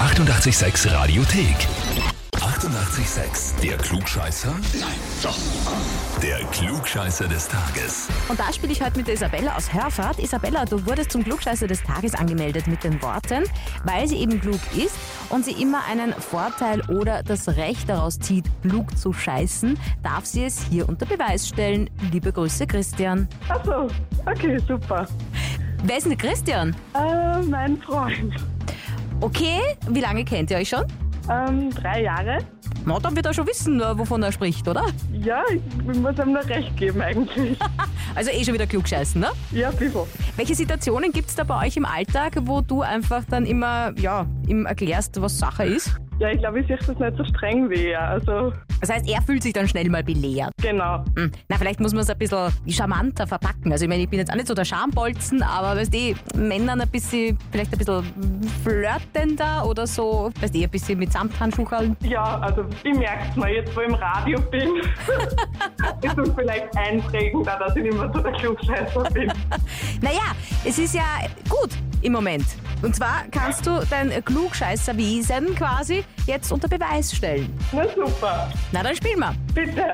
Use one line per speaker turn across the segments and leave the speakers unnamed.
886 Radiothek. 88,6. Der Klugscheißer? Nein, doch. Der Klugscheißer des Tages.
Und da spiele ich heute mit der Isabella aus Hörfahrt. Isabella, du wurdest zum Klugscheißer des Tages angemeldet mit den Worten, weil sie eben klug ist und sie immer einen Vorteil oder das Recht daraus zieht, klug zu scheißen, darf sie es hier unter Beweis stellen. Liebe Grüße, Christian.
Achso, okay, super.
Wer ist denn der Christian?
Äh, mein Freund.
Okay, wie lange kennt ihr euch schon?
Ähm, drei Jahre.
Na, dann wird er schon wissen, äh, wovon er spricht, oder?
Ja, ich muss ihm noch recht geben eigentlich.
Also eh schon wieder klugscheißen, ne?
ja, Pivo.
Welche Situationen gibt's da bei euch im Alltag, wo du einfach dann immer, ja, ihm erklärst, was Sache ist?
Ja, ich glaube, ich sehe das nicht so streng wie er. Also,
Das heißt, er fühlt sich dann schnell mal belehrt.
genau.
Hm. Na, vielleicht muss man es ein bisschen charmanter verpacken. Also ich meine, ich bin jetzt auch nicht so der Schambolzen, aber weißt du, Männern ein bisschen, vielleicht ein bisschen flirtender oder so, weißt du, eh ein bisschen mit Samthandschuhen.
Ja, also ich merke es mal jetzt, wo ich im Radio bin. ist es vielleicht einprägender, dass ich nicht mehr so der Klugscheißer bin.
Naja, es ist ja gut im Moment. Und zwar kannst du dein Klugscheißerwesen quasi jetzt unter Beweis stellen.
Na super,
Na, dann spielen wir.
bitte.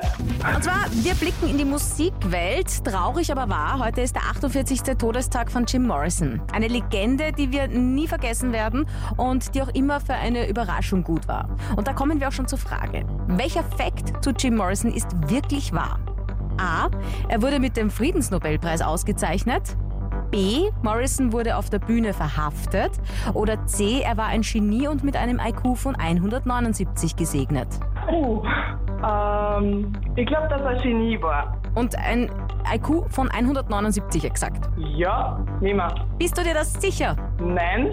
Und zwar, wir blicken in die Musikwelt. Traurig aber wahr, heute ist der 48. Todestag von Jim Morrison. Eine Legende, die wir nie vergessen werden und die auch immer für eine Überraschung gut war. Und da kommen wir auch schon zur Frage. Welcher Fakt zu Jim Morrison ist wirklich wahr? A. Er wurde mit dem Friedensnobelpreis ausgezeichnet. B. Morrison wurde auf der Bühne verhaftet. Oder C. Er war ein Genie und mit einem IQ von 179 gesegnet.
Uh, ähm, ich glaube, dass er Genie war.
und ein IQ von 179 exakt.
Ja, nimmer.
Bist du dir das sicher?
Nein.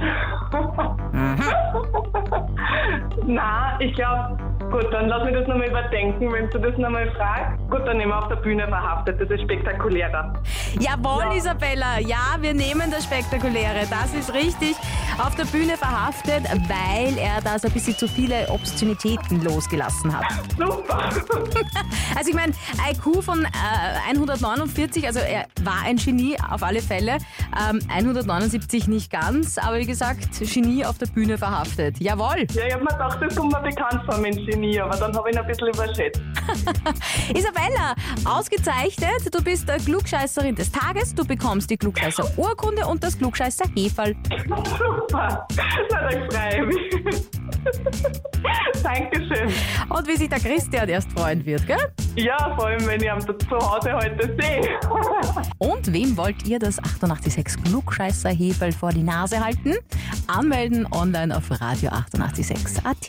Na, ich glaube, gut, dann lass mich das nochmal überdenken, wenn du das nochmal fragst. Gut, dann nehmen wir auf der Bühne verhaftet, das ist spektakulärer.
Jawohl,
Ja.
Isabella. Ja, wir nehmen das Spektakuläre. Das ist richtig. Auf der Bühne verhaftet, weil er da so ein bisschen zu viele Obszönitäten losgelassen hat.
Super!
Also ich meine, IQ von äh, 149, also er war ein Genie auf alle Fälle. Ähm, 179 nicht ganz, aber wie gesagt, Genie auf der Bühne verhaftet. Jawohl.
Ja, ich habe mir gedacht, das kommt mir bekannt vor mit Genie, aber dann habe ich ihn ein bisschen überschätzt.
Isabella, ausgezeichnet. Du bist äh, Klugscheißerin des Tages. Du bekommst die Klugscheißer-Urkunde und das Klugscheißer-Heferl.
Super! Na, dann freue ich mich. Dankeschön.
Und wie sich der Christian erst freuen wird, gell?
Ja, vor allem, wenn ich am zu Hause heute sehe.
Und wem wollt ihr das 886 Klugscheißer-Heferl vor die Nase halten? Anmelden online auf radio886.at.